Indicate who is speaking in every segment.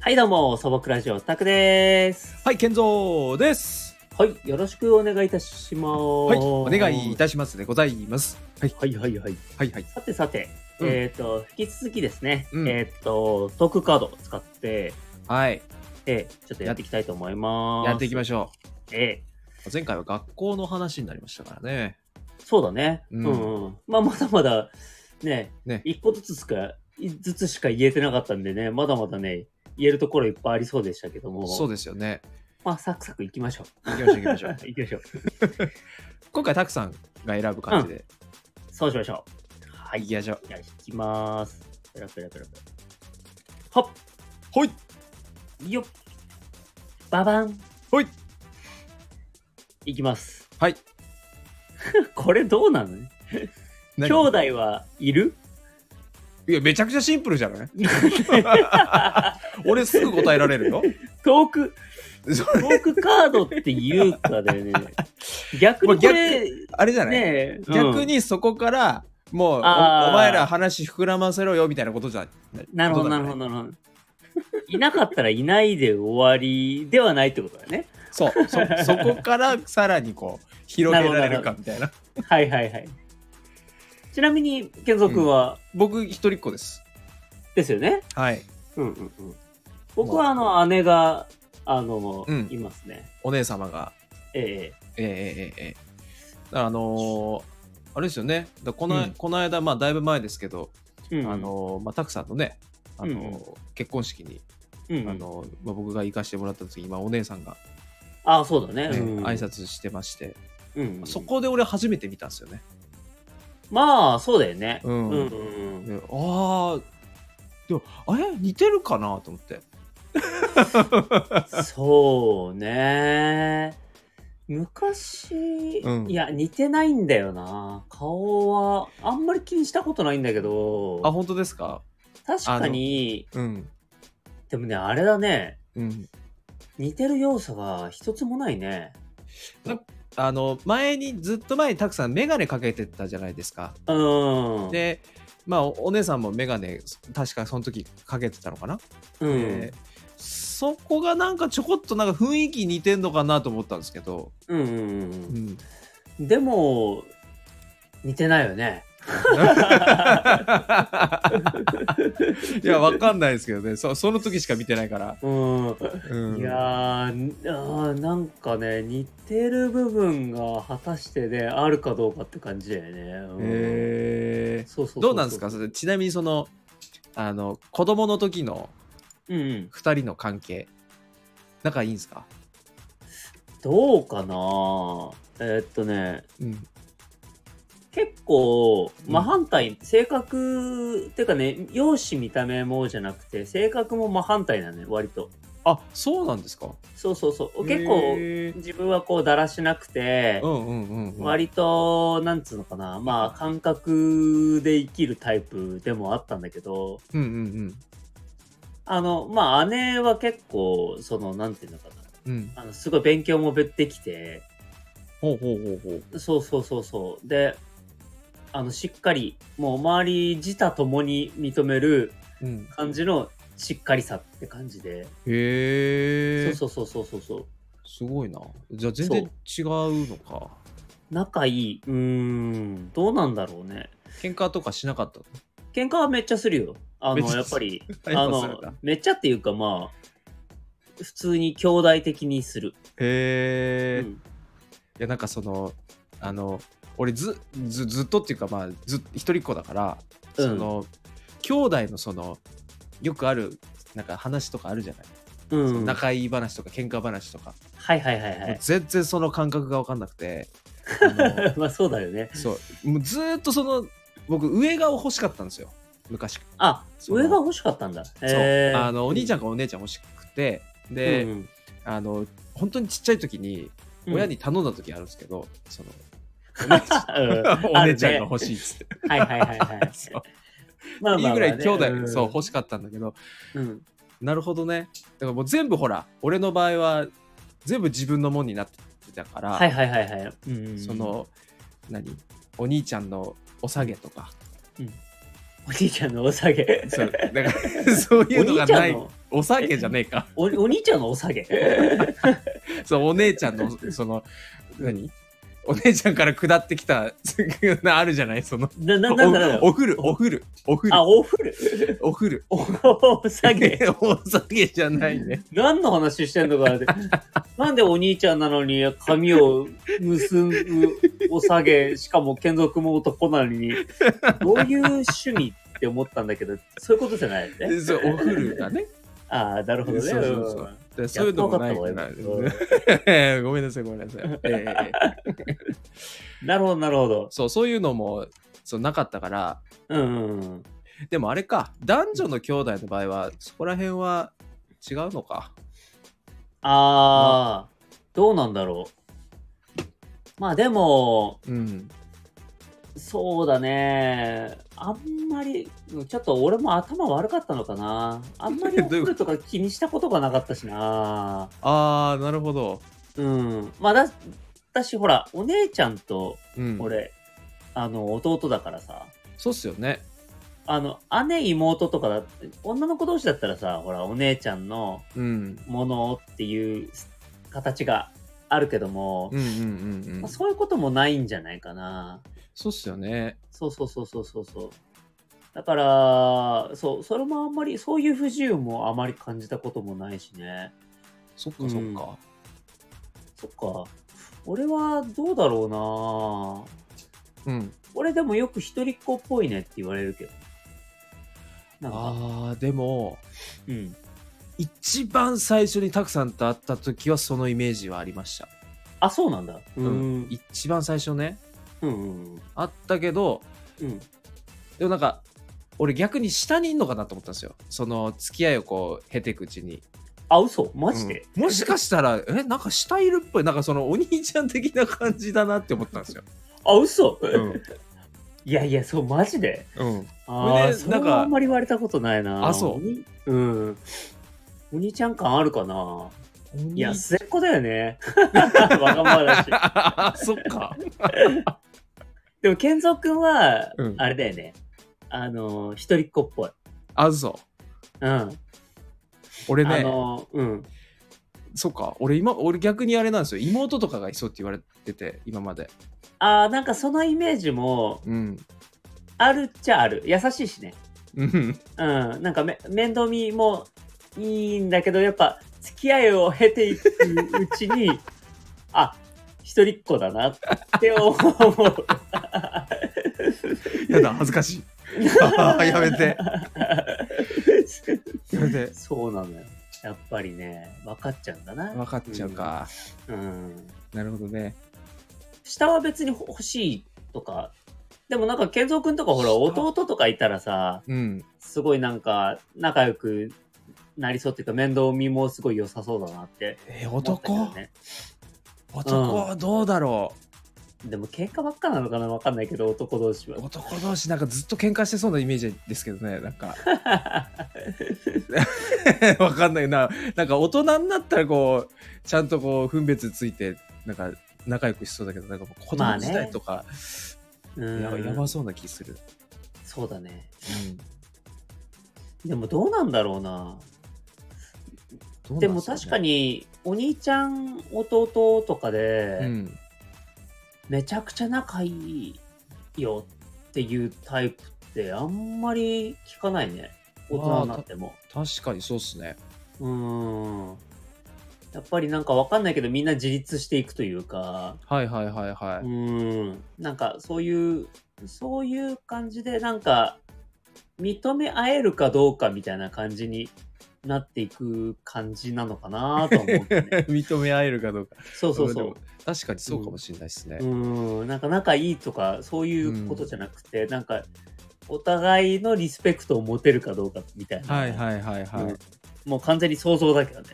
Speaker 1: はい、どうも、素朴ラジオ、タクです。
Speaker 2: はい、健三です。
Speaker 1: はい、よろしくお願いいたします。
Speaker 2: はい、お願いいたしますでございます。はい、
Speaker 1: はい、はい、はい。
Speaker 2: はい、はい。
Speaker 1: さてさて、
Speaker 2: うん
Speaker 1: えっ、と、引き続きですね、
Speaker 2: うん
Speaker 1: えっ、と、トークカードを使って、
Speaker 2: はい、
Speaker 1: えーちょっとやっていきたいと思います。
Speaker 2: やっていきましょ
Speaker 1: す。え
Speaker 2: う。前回は学校の話になりましたからね。
Speaker 1: ーそうだね。う、
Speaker 2: うんん
Speaker 1: うん、まあ、まだまだ、ね、
Speaker 2: ね
Speaker 1: 一個ずつしか、ずつしか言えてなかったんでね、まだまだね、言えるところいっぱいありそうでしたけども、
Speaker 2: そうですよね。
Speaker 1: まあ、サクサクいきましょう。
Speaker 2: 行きましょう、行きましょう。
Speaker 1: 行きましょう。
Speaker 2: 今回、たくさんが選ぶ感じで、
Speaker 1: そうしましょう。は
Speaker 2: はいい、行。きましょう。
Speaker 1: じゃあ引きます。ペラペラペラペラ。は
Speaker 2: ほい
Speaker 1: っよっババン
Speaker 2: ほい
Speaker 1: いきます。
Speaker 2: はい。
Speaker 1: これどうなの兄
Speaker 2: 何
Speaker 1: 弟はいる
Speaker 2: いや、めちゃくちゃシンプルじゃない 俺、すぐ答えられるよ。
Speaker 1: トーク、
Speaker 2: そ
Speaker 1: トークカードっていうかだ よね。逆にこれ、
Speaker 2: あれじゃない、
Speaker 1: ねえ、
Speaker 2: 逆
Speaker 1: に、
Speaker 2: にそこから、もうお、お
Speaker 1: あー
Speaker 2: 前ら話膨らませろよ、みたいなことじゃ
Speaker 1: なるほど、なるほど、。なるほど。 いなかったらいないで終わりではないってことだよね。
Speaker 2: そうそ、そ こからさらにこう、広げられるかみたいな。
Speaker 1: はいはいはい。ちなみに、健三君は、
Speaker 2: 僕一人っ子です。
Speaker 1: ですよね
Speaker 2: はい。
Speaker 1: うんうんうん、僕はあの姉があの、
Speaker 2: うん
Speaker 1: いますね。
Speaker 2: お姉様が。
Speaker 1: え
Speaker 2: ええええええだからあのーあれですよね。だこの、
Speaker 1: うん
Speaker 2: この間、まあ、だいぶ前ですけど、
Speaker 1: えうん
Speaker 2: あのーまあ、たくさんのね、あのー結婚式に、
Speaker 1: うん
Speaker 2: あのーまあ、僕が行かしてもらった時、今、お姉さんが、
Speaker 1: ああそうだね。
Speaker 2: ね
Speaker 1: うん
Speaker 2: 挨、拶してまして、
Speaker 1: うんうん
Speaker 2: そこで俺初めて見たんですよね。
Speaker 1: まあそうだよね。
Speaker 2: うん
Speaker 1: うんうんうん
Speaker 2: でああ、でも、あれ似てるかなと思って。
Speaker 1: そうね。昔、
Speaker 2: うん
Speaker 1: いや似てないんだよな顔はあんまり気にしたことないんだけ
Speaker 2: あ、
Speaker 1: ど
Speaker 2: 本当ですか
Speaker 1: 確かに
Speaker 2: うん。
Speaker 1: でもねあれだね
Speaker 2: うん。
Speaker 1: 似てる要素が一つもないね
Speaker 2: あの、前に、ずっと前にたくさん眼鏡かけてたじゃないですか。
Speaker 1: うん
Speaker 2: で、まあ、おお姉さんも眼鏡確かその時かけてたのかな、
Speaker 1: うん、
Speaker 2: でそこがなんかちょこっとなんか雰囲気似てんのかなと思ったんですけど、
Speaker 1: うんうんうん
Speaker 2: う ん
Speaker 1: でも、似てないよね。
Speaker 2: いやわかんないですけどねそその時しか見てないから、
Speaker 1: うん。
Speaker 2: うん
Speaker 1: いやーあー、なんかね、似てる部分が果たしてね、あるかどうかって感じだよね。うん
Speaker 2: えー
Speaker 1: そうそうそうそう
Speaker 2: どうなんですかそれちなみにそのあの子供の時の
Speaker 1: うんうん。
Speaker 2: 2人の関係仲いいんですか、
Speaker 1: どうかなえーっとね、
Speaker 2: うん
Speaker 1: 結構、
Speaker 2: うん
Speaker 1: 真反対、性格、っていうかね、容姿見た目もじゃなくて、性格も真反対なのね、割と。
Speaker 2: あそうなんですか
Speaker 1: そうそうそう。結構、
Speaker 2: へー
Speaker 1: 自分はこう、だらしなくて、
Speaker 2: うんうんうんうん、
Speaker 1: 割と、なんつうのかな、まあ、感覚で生きるタイプでもあったんだけど、
Speaker 2: うんうん
Speaker 1: あの、まあ、姉は結構、その、なんていうのか
Speaker 2: うんうん
Speaker 1: な、あの、すごい勉強もできて、
Speaker 2: ほうほうほうほう
Speaker 1: そうそうそうそう。で、あの、しっかり、もう、周り自他ともに認める
Speaker 2: うん、
Speaker 1: 感じのしっかりさって感じで、
Speaker 2: へえ
Speaker 1: そうそうそうそうそうそう。
Speaker 2: すごいなじゃあ全然違うのか
Speaker 1: 仲いい、うーん、どうなんだろうね。
Speaker 2: 喧嘩とかしなかったの
Speaker 1: 喧嘩はめっちゃするよ。あ
Speaker 2: めっ
Speaker 1: の、
Speaker 2: ちゃ
Speaker 1: やっぱり、 あ
Speaker 2: やっぱする
Speaker 1: の
Speaker 2: んだ、
Speaker 1: めっちゃっていうかまあ、普通に兄弟的にする。
Speaker 2: へえ、
Speaker 1: う
Speaker 2: い
Speaker 1: ん
Speaker 2: やなんかそのあの俺ずずずっとっていうかまあず一人っ子だから、
Speaker 1: うん
Speaker 2: その兄弟のそのよくあるなんか話とかあるじゃない、
Speaker 1: う
Speaker 2: その
Speaker 1: ん。はい
Speaker 2: 仲いい話とか喧嘩話とか、
Speaker 1: はいはいは
Speaker 2: もう
Speaker 1: い。
Speaker 2: 全然その感覚が分かんなくてあ の
Speaker 1: まあそうだよね。
Speaker 2: そうもうずーっとその僕上が欲しかったんですよ昔
Speaker 1: あ、
Speaker 2: その
Speaker 1: 上が欲しかったんだ。
Speaker 2: そうあのお兄ちゃ
Speaker 1: ん
Speaker 2: んかお姉ちゃん欲しくてで、
Speaker 1: うん
Speaker 2: あの本当にちっちゃい時に
Speaker 1: うん
Speaker 2: 親に頼んだ時あるんですけど、その
Speaker 1: うん
Speaker 2: お姉ちゃんが
Speaker 1: あ
Speaker 2: 欲しいっつって、
Speaker 1: るねはいはいはいはい。
Speaker 2: そう
Speaker 1: まあ
Speaker 2: い
Speaker 1: まあまあね
Speaker 2: いぐらい兄弟、そう。
Speaker 1: ん
Speaker 2: 欲しかったんだけど
Speaker 1: うん
Speaker 2: なるほどねだからもう全部ほら俺の場合は全部自分のもんになってたから、
Speaker 1: はいはいはいはい。うん
Speaker 2: そ、の何お兄ちゃんのお下げとか
Speaker 1: お兄ちゃんのお下げ。
Speaker 2: そうだからそういうのがない
Speaker 1: お
Speaker 2: おさげじゃねえか。
Speaker 1: おお兄ちゃんのお下げ
Speaker 2: そう、お姉ちゃんの、その、何お姉ちゃんから下ってきた、あるじゃないその、
Speaker 1: なななんだなんだ
Speaker 2: おおふる、おふる、おふる、
Speaker 1: あおふる
Speaker 2: おふる。
Speaker 1: お下げ
Speaker 2: おさげじゃないね。
Speaker 1: 何の話してんの かなってなんでお兄ちゃんなのに髪を結ぶお下げしかも健三君も男なのにどういう趣味って思ったんだけどそういうことじゃないよね
Speaker 2: そう、おふるがね。
Speaker 1: ああなるほどね
Speaker 2: そうそうそ
Speaker 1: うん
Speaker 2: でそういうのもな
Speaker 1: や
Speaker 2: いか
Speaker 1: っとわ
Speaker 2: ら
Speaker 1: かったわ今
Speaker 2: ごめんなさい、ごめんなさい。ええ
Speaker 1: なるほどなるほど
Speaker 2: そう、そういうのも、そう、なかったから、
Speaker 1: うんうんうん
Speaker 2: でもあれか、男女の兄弟の場合は、そこら辺は違うのか。
Speaker 1: ああどうなんだろうまあでも
Speaker 2: うん。
Speaker 1: そうだね。あんまり、ちょっと俺も頭悪かったのかな。あんまり
Speaker 2: どう
Speaker 1: 送
Speaker 2: いうこと
Speaker 1: るとか気にしたことがなかったしな。
Speaker 2: あー、なるほど。
Speaker 1: うん。まあだ、私ほら、お姉ちゃんと
Speaker 2: うん、
Speaker 1: 俺、あの、弟だからさ。
Speaker 2: そうっすよね。
Speaker 1: あの、姉、妹とかだ、女の子同士だったらさ、ほら、お姉ちゃんの
Speaker 2: うん。
Speaker 1: ものっていう形があるけども、
Speaker 2: うんうんうんう
Speaker 1: まあ
Speaker 2: ん。
Speaker 1: そういうこともないんじゃないかな。
Speaker 2: そうっすよね。
Speaker 1: そうそうそうそうそうそう。だから、そう、それもあんまり、そういう不自由もあまり感じたこともないしね。
Speaker 2: そっかそっか。
Speaker 1: そっか。俺はどうだろうな
Speaker 2: うん。
Speaker 1: 俺でもよく一人っ子っぽいねって言われるけど。なんか、
Speaker 2: あー、でも、
Speaker 1: うん。
Speaker 2: 一番最初にたくさんと会った時はそのイメージはありました。
Speaker 1: あ、そうなんだ。う。
Speaker 2: うん一番最初ね。
Speaker 1: うんうん
Speaker 2: あったけど、
Speaker 1: うん。うん。
Speaker 2: でもなんか、俺逆に下にいんのかなと思ったんですよ。その付き合いをこう経ていくうちに。
Speaker 1: あ、嘘マジで、
Speaker 2: うんもしかしたらえなんか下いるっぽいなんかそのお兄ちゃん的な感じだなって思ったんですよ。
Speaker 1: あ、嘘、
Speaker 2: うん
Speaker 1: いやいや、そう、マジで。
Speaker 2: うん、
Speaker 1: ああ、
Speaker 2: ね
Speaker 1: それ
Speaker 2: なんか
Speaker 1: はあんまり言われたことないな
Speaker 2: あそう
Speaker 1: う。うん。お兄ちゃん感あるかないいや、末っ子だよね。 わがままだし。
Speaker 2: あ そっか。
Speaker 1: でも、健三くんは
Speaker 2: うん、
Speaker 1: あれだよね。あのー、一人っ子っぽい。
Speaker 2: あそう。
Speaker 1: うん。
Speaker 2: 俺ね、
Speaker 1: あのー、うん。
Speaker 2: そっか俺今俺逆にあれなんですよ妹とかがいそうって言われてて今まで。
Speaker 1: ああ、なんかそのイメージも、
Speaker 2: うん
Speaker 1: あるっちゃある。優しいしね。
Speaker 2: うん
Speaker 1: うん。なんかめ、面倒見もいいんだけど、やっぱ、付き合いを経ていくうちに、 あ、一人っ子だなって思う。
Speaker 2: やだ恥ず かしいあーやめてやめて
Speaker 1: そうなのよ。やっぱりね、分かっちゃうんだな。
Speaker 2: 分かっちゃうか、
Speaker 1: うん。うん。
Speaker 2: なるほどね
Speaker 1: 下は別に欲しいとか。でもなんか、健三くんとかほら、
Speaker 2: 下
Speaker 1: 弟とかいたらさ、
Speaker 2: うん
Speaker 1: すごいなんか、仲良くなりそうっていうか、面倒見もすごい良さそうだなって
Speaker 2: え
Speaker 1: 思ったけ
Speaker 2: 男、
Speaker 1: どね。
Speaker 2: 男はどうだろ
Speaker 1: でも、喧嘩ばっかなのかな分かんないけど、男同士は
Speaker 2: う。男同士なんかずっと喧嘩してそうなイメージですけどねなんか わかんないな。なんか大人になったらこう、ちゃんとこう、分別ついて、なんか仲良くしそうだけど、なんかもう子
Speaker 1: まあ
Speaker 2: 供
Speaker 1: ね
Speaker 2: 時代とか、
Speaker 1: うん
Speaker 2: ややばそうな気する。
Speaker 1: そうだね。でも、どうなんだろうな。
Speaker 2: どうなん
Speaker 1: でも、確かに、お兄ちゃん、弟とかで、
Speaker 2: すかね、うん。
Speaker 1: めちゃくちゃ仲いいよっていうタイプってあんまり聞かないね大人になっても
Speaker 2: 確かにそうっすね。
Speaker 1: うーんやっぱりなんかわかんないけどみんな自立していくというか
Speaker 2: はいはいはいは
Speaker 1: う
Speaker 2: い。
Speaker 1: ーんなんかそういうそういう感じでなんか認め合えるかどうかみたいな感じになっていく感じなのかなと思って、ね、
Speaker 2: 認め合えるかどうか。
Speaker 1: そうそうそ
Speaker 2: で
Speaker 1: う
Speaker 2: も確かにそうかもしれないですね。
Speaker 1: うん、なんか仲いいとかそういうことじゃなくて、なんかお互いのリスペクトを持てるかどうかみたいな、
Speaker 2: はいはいはいはい。
Speaker 1: うんもう完全に想像だけどね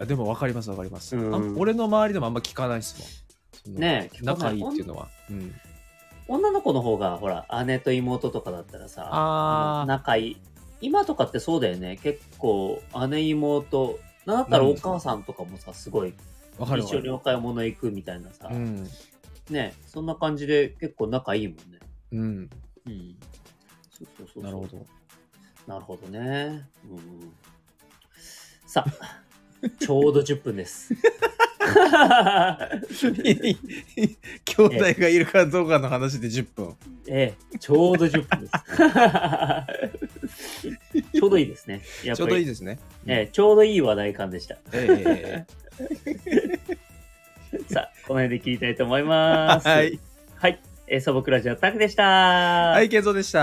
Speaker 2: あでも分かります分かります、
Speaker 1: うん
Speaker 2: あ俺の周りでもあんま聞かないっすもん。
Speaker 1: ねえ聞かな
Speaker 2: 仲
Speaker 1: い
Speaker 2: いいっていうのは。うん、
Speaker 1: 女の子の方がほら姉と妹とかだったらさ
Speaker 2: あー
Speaker 1: の仲いい今とかってそうだよね結構姉妹なんだったらお母さんとかもさすごい
Speaker 2: 分かる分
Speaker 1: 一
Speaker 2: か
Speaker 1: 緒に
Speaker 2: る。
Speaker 1: お買い物行くみたいなさ、
Speaker 2: うん。
Speaker 1: ねそんな感じで結構仲いいもんね
Speaker 2: うん。
Speaker 1: うんそうそうそうそう
Speaker 2: なるほど。
Speaker 1: なるほどね。うんうん、さあ、ちょうど10分 です。
Speaker 2: 兄弟がいるかどうかの話で10分。
Speaker 1: ええ、ちょうど10分です。ちょうどいいですね。やっ
Speaker 2: ち
Speaker 1: ぱ
Speaker 2: ょう
Speaker 1: り
Speaker 2: どいいですね。
Speaker 1: ええ、ちょうどいい話題感でした。
Speaker 2: え
Speaker 1: さあ、この辺で切りたいと思い
Speaker 2: え
Speaker 1: ます。
Speaker 2: はい。
Speaker 1: はい。えー、素朴ラジオタクでした。
Speaker 2: は、。
Speaker 1: はい
Speaker 2: 健三でした。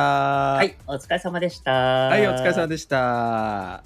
Speaker 1: はい。お疲れ様でした。
Speaker 2: は、
Speaker 1: はい
Speaker 2: お疲れ様でした。